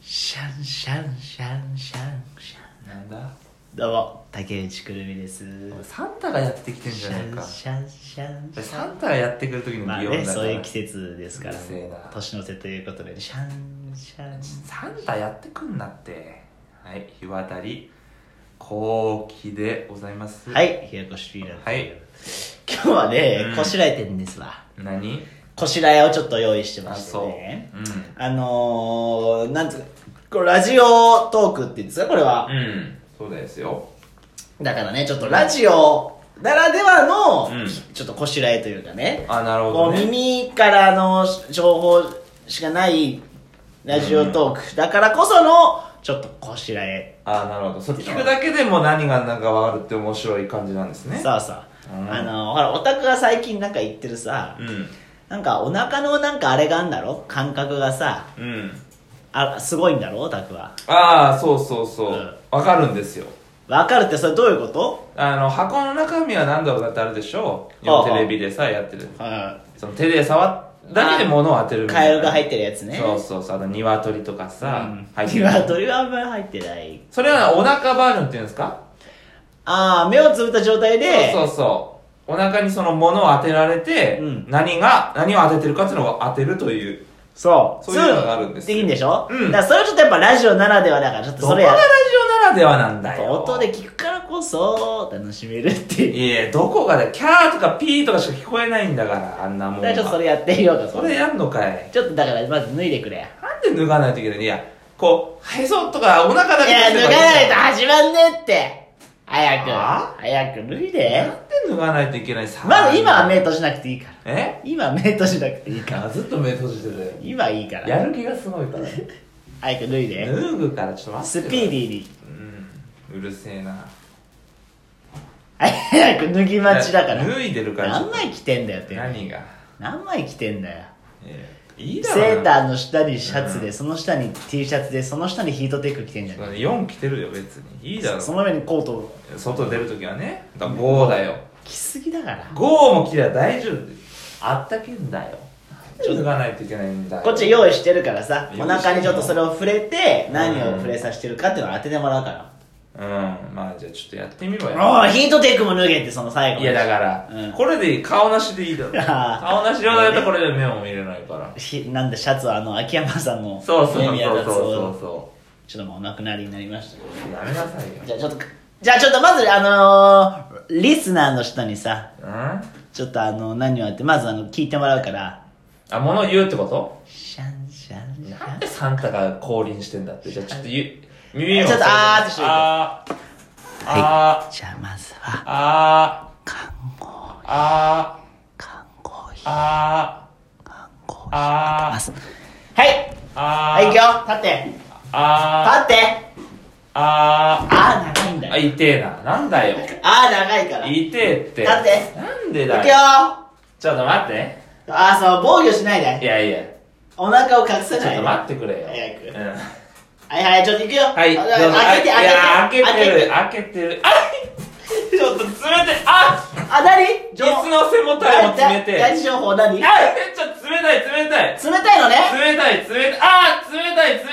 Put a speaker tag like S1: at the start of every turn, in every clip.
S1: シャンシャンシャンシャンシャ
S2: なんだ
S1: ンどうも竹内くるみです
S2: 俺サンタがやってきてんじ
S1: シ
S2: ゃない
S1: ャ
S2: か
S1: ンシャンシャンシ
S2: サ
S1: ャン
S2: ンタがやってくる時の
S1: まあ
S2: 擬音
S1: ね
S2: だか
S1: そういう
S2: ら
S1: 季節ですから
S2: うるせえな
S1: 年の瀬ということでシャンシャン
S2: サンタやってくんなってはい日渡り後期でございます
S1: はい冷やこしピーナッツ
S2: はい
S1: 今日はね
S2: うん
S1: こしらえてんですわ
S2: 何
S1: こしらえをちょっと用意してま
S2: あ
S1: して
S2: そう
S1: ね
S2: う
S1: あのー、なんつうかこれラジオトークって言うんですかこれは
S2: んうんそうですよ
S1: だからねちょっとラジオならではの、
S2: うん
S1: ちょっとこしらえというかね
S2: あなるほ
S1: も
S2: ど
S1: う
S2: ね
S1: 耳からの情報しかないラジオトークだからこそのちょっとこしらえ、
S2: あなるほどそう聞くだけでも何が何か分かるって面白い感じなんですね
S1: さあさあ、
S2: うん
S1: あのほらオタクが最近なんか言ってるさ、
S2: うん
S1: なんかお腹のなんかあれがあんだろ感覚がさ
S2: うん
S1: あすごいんだろオタクは
S2: ああそうそうそう
S1: うん
S2: 分かるんですよ
S1: わかるってそれどういうこと
S2: あの箱の中身は何だろうだってあるでしょ
S1: ああ
S2: テレビでさやってる
S1: うん
S2: その手で触っだけで物を当てるみ
S1: カ
S2: たい
S1: エ
S2: な
S1: ルが入ってるやつね
S2: そうそうそうあと鶏とかさ、
S1: うん
S2: 入ってる
S1: 鶏はあんまり入ってない
S2: それはお腹バージョンっていうんですか、
S1: ああ目をつぶった状態で
S2: そうそうそうお腹にその物を当てられて、
S1: うん
S2: 何が何を当ててるかっていうのを当てるという
S1: そう
S2: そういうのがあるんですよ
S1: できんでしょ、
S2: うん
S1: だからそれはちょっとやっぱラジオならではだからちょっと
S2: どこ
S1: そ
S2: が
S1: れ
S2: ラジ
S1: や
S2: オならではなんだよ
S1: 音で聞くからこそ楽しめるっていう
S2: いやどこがだよキャーとかピーとかしか聞こえないんだからあんなも
S1: だ
S2: ん
S1: からち
S2: は
S1: ょっとそれやってみようか
S2: それやんのかい
S1: ちょっとだからまず脱いでくれ
S2: なんで脱がないといけないのいやこうへそとかお腹だ
S1: い
S2: け
S1: や脱
S2: 出せ
S1: が
S2: ばいいじゃん
S1: ないと始まんねって早く
S2: あ
S1: 早く脱いで
S2: なんで脱がないといけないさ
S1: まだ今は目閉じなくていいから
S2: え
S1: 今は目閉じなくていいから
S2: あずっと目閉じてたよ
S1: 今いいから
S2: やる気がすごいから
S1: 早く脱いで
S2: 脱ぐからちょっと待
S1: ス
S2: って
S1: ピーディーに
S2: うんうるせえな
S1: 早く脱ぎ待ちだから
S2: 脱いでるからち
S1: 何
S2: ょっと
S1: 枚着てんだよって
S2: 何が
S1: 何枚着てんだよ
S2: ええいいだろ
S1: セータ
S2: ー
S1: ーの下にシャツで、その下に T シャツでその下にヒートテック着てんじゃん
S2: 4着てるよ別にいいだろ
S1: その上にコート
S2: 外出るときはねだから5だよ
S1: 着すぎだから
S2: 5も着りゃ大丈夫あったけんだよちょっと脱がないといけないんだよ
S1: こっち用意してるからさお
S2: 用意してんの
S1: 腹にちょっとそれを触れて何を触れさせてるかっていうのを当ててもらうか
S2: うんまあじゃあちょっとやってみろよ
S1: らおいヒートテックも脱げってその最後
S2: いやだから、
S1: うん
S2: これでいい顔なしでい いだろ顔なしじゃないとこれで目も見れないから
S1: ひなんでシャツはあの秋山さんの
S2: そうそうそうそう
S1: 宮
S2: そう
S1: 勝夫
S2: そ
S1: ちょっともうお亡くなりになりました
S2: うやめなさいよ
S1: じゃあちょっとじゃあちょっとまずあのー、リスナーの人にさ
S2: うんあ
S1: ちょっとあの何をやってまずあの聞いてもらうから
S2: 物を言うってこと
S1: シャンシャンシ
S2: な
S1: ャ
S2: ん
S1: ン
S2: でサンタが降臨してんだってじゃあちょっと言う耳を
S1: ちょっとあーってしといて
S2: あー
S1: はい
S2: あ
S1: じゃあまずは
S2: ーあ
S1: 看護
S2: ーあー
S1: 看護医
S2: あ
S1: 看護
S2: ーあー
S1: はい
S2: あ
S1: はい
S2: ー
S1: 行くよ立って
S2: あー
S1: 立って
S2: あ
S1: あー長いんだ
S2: ー
S1: よ、
S2: あ痛えななんだよ
S1: あー長いから
S2: 痛えって
S1: だって
S2: なんで
S1: 行
S2: だ
S1: くよ
S2: よちょっと待って
S1: あーそう防御しない
S2: い
S1: で
S2: やいや
S1: お腹を隠さ
S2: ちょ
S1: な
S2: っ
S1: い
S2: と
S1: で
S2: 待ってくれよ。
S1: 早く
S2: うん
S1: はいはいちょっと行くよ
S2: はい、
S1: あ
S2: どうぞ。
S1: 開けて
S2: あ
S1: 開けて
S2: いや開けて
S1: 開け
S2: る、開けてる。あいちょっと冷て、あ
S1: あ何
S2: いつの背もたれも冷て。
S1: 大
S2: あ
S1: 事情報何冷
S2: いちょっと冷たい、冷たい。
S1: たいのね
S2: 冷たい、冷たい。あー冷たい、冷たい。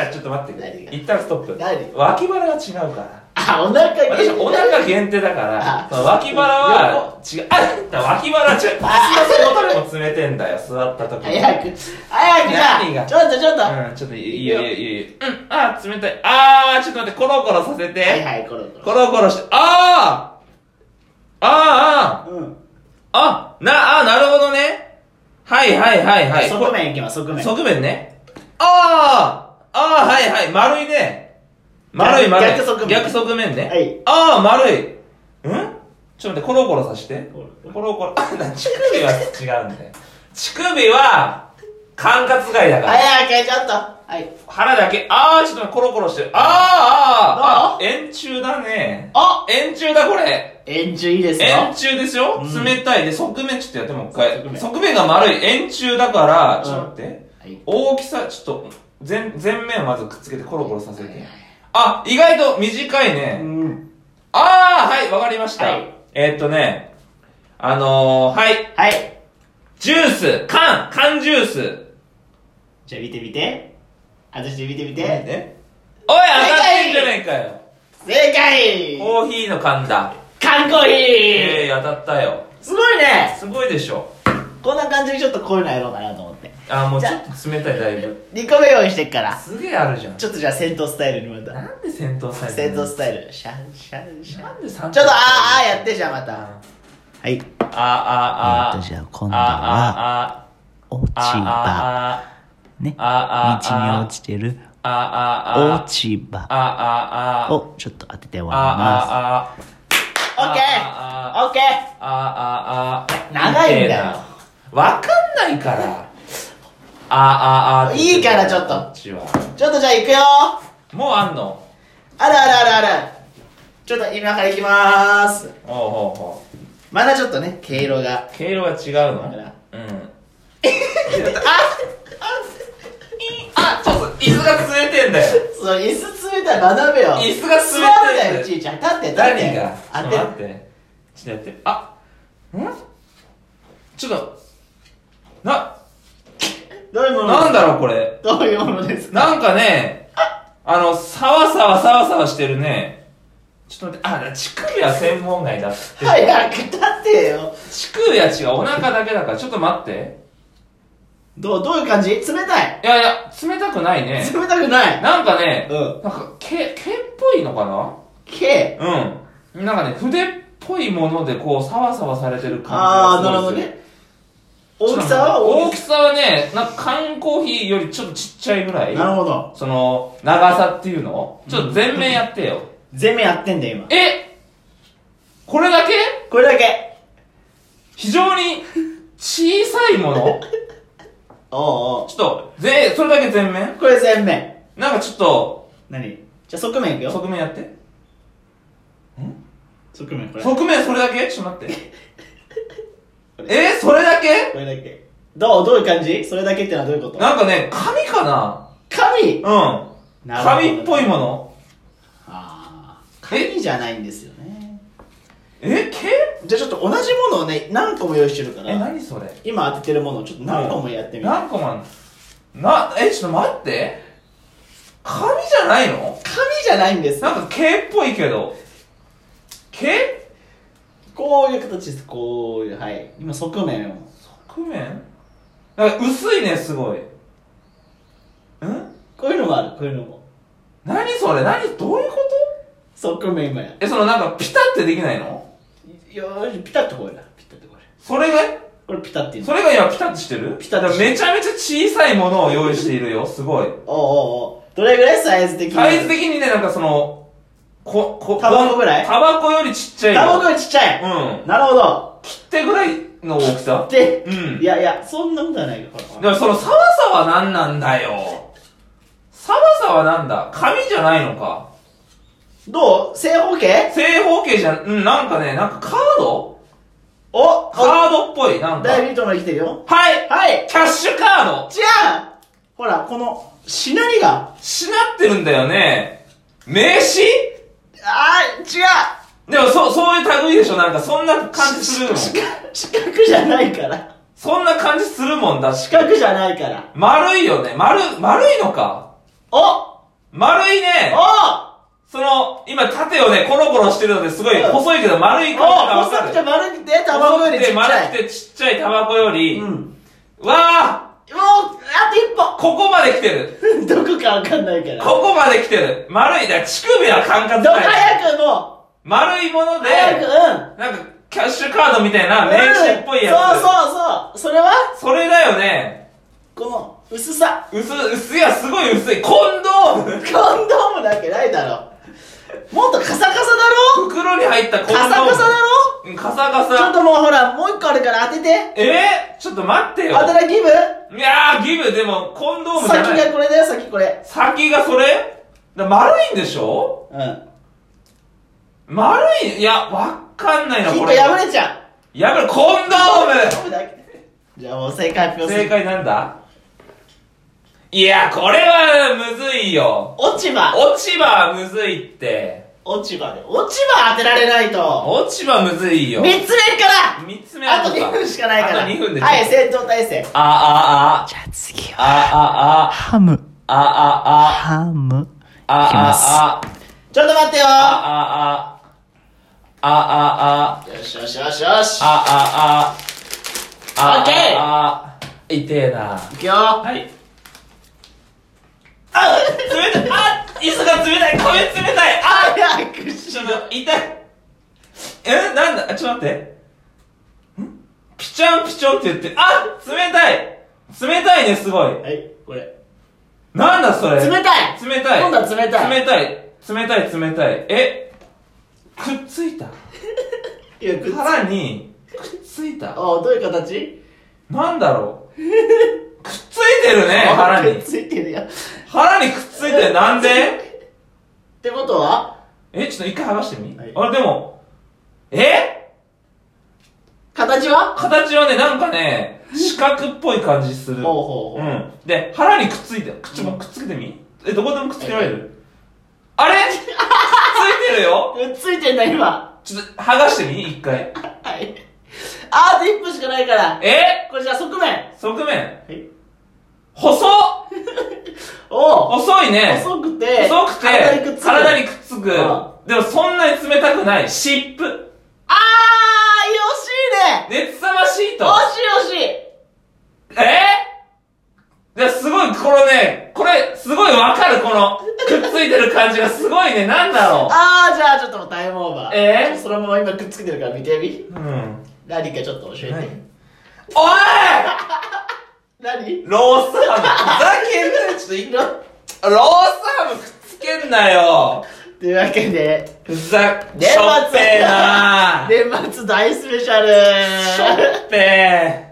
S2: あいちょっと待ってく
S1: 何が
S2: れ。一旦ストップ。
S1: 何
S2: 脇腹が違うから。
S1: あお腹が
S2: 私、お腹限定だか
S1: あ
S2: ら、その脇腹は違う。あいだ脇腹は違う。椅子の背もたれも冷てんだよ、座った時に。
S1: 早く早くじ
S2: 何
S1: ゃあ
S2: が
S1: ちょっとちょっと、は
S2: うん、ちょっといいよ、いいよ、いいよ。うん、あー冷たい。あーちょっと待って、コロコロさせて。
S1: いはいコロコ
S2: コ
S1: ロ
S2: ロコロして、あーあーあー
S1: うん
S2: あな、あーなるほどね。はいはいはいはい。
S1: 側面いきます側面
S2: 側面ね。ああああはいはい。丸いね。丸い
S1: 逆
S2: 丸い。
S1: 逆側面
S2: 逆側面ね。
S1: はい
S2: ああ丸い。んちょっと待って、コロコロさして。
S1: コロコロ
S2: コロコロ。 あ、な、乳首は違うんだよ。乳首は、管轄外だから。
S1: 早くちょっとはい
S2: 腹だけ、あーちょっと待ってコロコロしてる。あーあーあ
S1: ど
S2: ー円柱だね。
S1: あ
S2: 円柱だこれ。
S1: 円柱いいです
S2: 円
S1: よ
S2: 柱ですよ、
S1: うん
S2: 冷たいで側面ちょっとやってもう一回
S1: 側
S2: 側
S1: 面
S2: 面が丸い円柱だから、
S1: うん
S2: ちょっと待って
S1: はい
S2: 大きさちょっと全全面をまずくっつけてコロコロさせて、
S1: はいはい
S2: あ意外と短いね、
S1: うん
S2: ああはいわかりました、
S1: はい
S2: えーっとねあのー、はい
S1: はい
S2: ジュース缶缶ジュース
S1: じゃあ見て見て。外して見てみて、
S2: ねおい当たってんじゃねえかよ
S1: 正解
S2: コーヒーの缶だ
S1: 缶コーヒー、
S2: ええ当たったよ
S1: すごいね
S2: すごいでしょ
S1: こんな感じにちょっとこういうのやろうかなと思って
S2: あーもう
S1: じ
S2: ち
S1: ゃあ
S2: ょっと冷たいだいぶ
S1: 2個目用意してっから
S2: すげえあるじゃん
S1: ちょっとじゃあ戦闘スタイルにまた
S2: なんで戦闘されて
S1: 戦
S2: ん
S1: 闘
S2: の
S1: スタイルシャンシャンシャン
S2: なんで三
S1: ちょっとあーあーやってじゃあまた
S2: あ
S1: はい
S2: ーあーあー
S1: じゃあ今
S2: あー
S1: 度は
S2: あ
S1: 落ち
S2: ーあー
S1: 葉
S2: あ
S1: ね
S2: ーあー
S1: 道に
S2: あー
S1: 落ちてる
S2: あーあーあー
S1: 落ち葉
S2: あーあーあー
S1: をちょっと当てて終
S2: あー
S1: わりま
S2: あー
S1: すオッケ
S2: あ
S1: ーオッケー
S2: あーあーあー
S1: 長いんだよ
S2: わかんないからあーあーあーって
S1: いいからちょっと
S2: こっちは
S1: ちょっとじゃあ行くよ
S2: もうあんの
S1: あるあるあるあるちょっと今から行きまーす
S2: おうおうおう
S1: まだちょっとね毛色が
S2: 毛色が違うの
S1: だから
S2: うんあちょっと椅子が潰れてんだよ
S1: その椅子詰めたら学べよ
S2: 椅子が
S1: 座
S2: 詰
S1: る
S2: めて
S1: な
S2: る
S1: よちいちゃん立って立って
S2: 何が
S1: 当
S2: ちょっと
S1: て
S2: 待ってちょっとやってあんちょっとな
S1: どういうもの
S2: なんだろうこれ
S1: どういうものですか
S2: なんかねあのさわさわさわさわしてるねちょっと待ってあ乳首は専門外だっつって
S1: 早く立ってよ
S2: 乳首は違うお腹だけだからちょっと待って
S1: どうどういう感じ冷たい
S2: いやいや冷たくないね
S1: 冷たくない
S2: なんかね
S1: うん
S2: なんか毛毛っぽいのかな
S1: 毛
S2: うん。なんかね、筆っぽいものでこう、さわさわされてる感じ
S1: ああなる
S2: が
S1: ほ
S2: す
S1: ど
S2: るんですよ。
S1: ね大きさは
S2: 大
S1: 大
S2: き
S1: き
S2: さはね、なんか缶コーヒーよりちょっとちっちゃいぐら
S1: さ
S2: い。
S1: なるほど
S2: その、長さっていうのちょっと全面やってよ。
S1: ゼミやってんだよ今
S2: えこれだけ
S1: これだけ
S2: 非常に小さいもの
S1: おうおう
S2: ちょっと、ぜ、それだけ全面
S1: これ全面
S2: なんかちょっと、
S1: 何じゃあ側面いくよ
S2: 側面やって。
S1: 側面これこ
S2: 側面それだけちょっと待って。えそれだけ
S1: れだけどうどういう感じそれだけってのはどういうこと
S2: なんかね、紙かな
S1: 紙
S2: うん。紙っぽいもの
S1: ああ
S2: え
S1: 紙じゃないんですよね
S2: え毛
S1: じゃあちょっと同じものをね何個も用意してるか
S2: え
S1: ら
S2: 何それ
S1: 今当ててるものをちょっと何個もやってみる
S2: 何個もあんのなえちょっと待って紙じゃないの
S1: 紙じゃないんです
S2: なんか毛っぽいけど毛
S1: こういう形ですこういうはい今側面を
S2: 側面なんか薄いねすごいん
S1: こういうのもあるこういうのも
S2: 何それ何どういうこと
S1: 側面今や
S2: えそのなんかピタってできないの
S1: よしピタッとこれだピタッとこれ
S2: それが
S1: これピタッていうの
S2: それが今ピタってしてる
S1: ピタッとしてる
S2: めちゃめちゃ小さいものを用意しているよすご
S1: お
S2: い
S1: うおうおうどれぐらいサイズ的に
S2: サイズ的にねなんかそのここ
S1: タバコぐらい
S2: タバコよりちっちゃいよ
S1: タバコよりちっちゃい、
S2: うん
S1: なるほど
S2: 切手ぐらいの大きさ
S1: で、
S2: うん
S1: いやいやそんなことはないよほらほ
S2: だ
S1: ら
S2: からそのサワサワなんなんだよサワサワなんだ紙じゃないのか
S1: どう正方形
S2: 正方形じゃんうんなんかねなんかカード
S1: おお
S2: カードっぽいなんか
S1: ダイビートの生きてるよ
S2: はい
S1: はい
S2: キャッシュカード
S1: じゃあほらこのしなりが
S2: しなってるんだよね名刺
S1: あー違
S2: でもそそういう類でしょなんかそんな感
S1: う
S2: じするもん
S1: 四角四角じゃないから
S2: そんな感じするもんだし
S1: 四角じゃないから
S2: 丸いよね丸丸いのか
S1: おお
S2: 丸いねその、今縦をね、コロコロしてるのですごい
S1: うん
S2: 細いけど丸い
S1: お
S2: 感じがわか
S1: 細
S2: る。
S1: くて丸くて卵よりちっちゃい
S2: 細くて丸くてちっちゃいタバコより、
S1: うんもう
S2: わ
S1: あと一
S2: ー
S1: 歩
S2: ここまで来てる。
S1: どこかわかんないから
S2: ここまで来てる。丸いだ。乳首は管轄
S1: ど
S2: ない。
S1: 早くも
S2: 丸いもの
S1: う早く
S2: で、
S1: うん
S2: なんかキャッシュカードみたいな名刺っぽいや
S1: うん
S2: つ。
S1: そうそうそうそれは
S2: それだよね。
S1: この薄さ
S2: 薄、薄いや、すごい薄い。コンドーム
S1: コンドームなわけないだろもっとカサカサだろ
S2: 袋に入ったコンド
S1: カ
S2: ーム。
S1: サカサだろ
S2: うんカサカ
S1: ちょっ
S2: サ。
S1: ともうほらもう一個あるから当てて
S2: えー、ちょっと待ってよ。
S1: 働き部
S2: いやー、ギブ、でも、コンドームじゃない
S1: 先。がこれだよ先これ
S2: 先がそれだ丸いんでしょ
S1: うん
S2: 丸いいや、わかんないな、
S1: ヒン
S2: こ
S1: ト
S2: れ。
S1: 破れちゃう
S2: やめろ、コンドー
S1: ムだけじゃあもう正解発
S2: ム
S1: 表す
S2: 正
S1: る
S2: 解なんだいや、これは、むずいよ。
S1: 落ち葉
S2: 落ち葉はむずいって。
S1: 落ち葉で落ち葉当てられないと
S2: 落ち葉むずいよ。
S1: 3つ目から
S2: 三つ目
S1: あと
S2: のか
S1: 2分しかないから
S2: あと2分で。
S1: はい戦闘態勢
S2: あ、あ、あ。
S1: じゃあ次は
S2: あ、あ、あ。
S1: ハム
S2: ああ
S3: ハム
S2: ああ
S3: いきます
S2: あ
S1: ちょっと待ってよ
S2: あああああああ
S1: よしよしよしよし
S2: ああああ
S1: オッケー
S2: ああ痛えない
S1: くよ
S2: はいあ冷たいあ椅子が冷たい壁冷たいあ
S1: 早くし
S2: ちょ
S1: ろ
S2: っと痛いえなんだちょっと待ってんピチャンピチョンって言ってあ冷たい冷たいねすごい
S1: はいこれ
S2: なんだそれ
S1: 冷たい
S2: 冷たい
S1: 今度は冷たい
S2: 冷たい冷たい冷たいえくっついた
S1: いやくっつ
S2: 腹にくっついた
S1: おうどういう形
S2: なんだろうくっついて るね腹
S1: く
S2: に
S1: っついてるよっ
S2: 腹にくっついてるなんで
S1: てことは
S2: えちょっと一回剥がしてみ、
S1: はい
S2: あれでもえ
S1: 形は
S2: 形はねなんかね四角っぽい感じする
S1: ほうほうほう
S2: うんで腹にくっついて口もくっつけてみえどこでもくっつけられる、あれ くっついてるよ
S1: くっついてんだ今
S2: ちょっと剥がしてみ一回
S1: はいあーあと1分しかないから
S2: え
S1: これじゃあ側面
S2: 側
S1: は
S2: 面
S1: い
S2: 細っ
S1: おう
S2: 細いね
S1: 細くて
S2: 細くて
S1: 体にくっつく
S2: 体にくっつく
S1: あ
S2: でもそんなに冷たくない湿布
S1: あー惜しいね
S2: 熱さましいと
S1: 惜しい惜しい
S2: えー、いやすごいこのねこれすごいわかるこのくっついてる感じがすごいねなんだろ
S1: あーじゃあちょっともうタイムオーバー
S2: えー
S1: そのまま今くっつけてるから見てみ
S2: ううん
S1: 何かちょっと教えて、
S2: はいおい
S1: 何
S2: ロースハムふざけんなよちょっとい
S1: 色っ
S2: ロースハムくっつけんなよ
S1: ていうわけで
S2: ふざ
S1: 年末
S2: しょっぺーなー
S1: 年末大スペシャル
S2: しょっぺー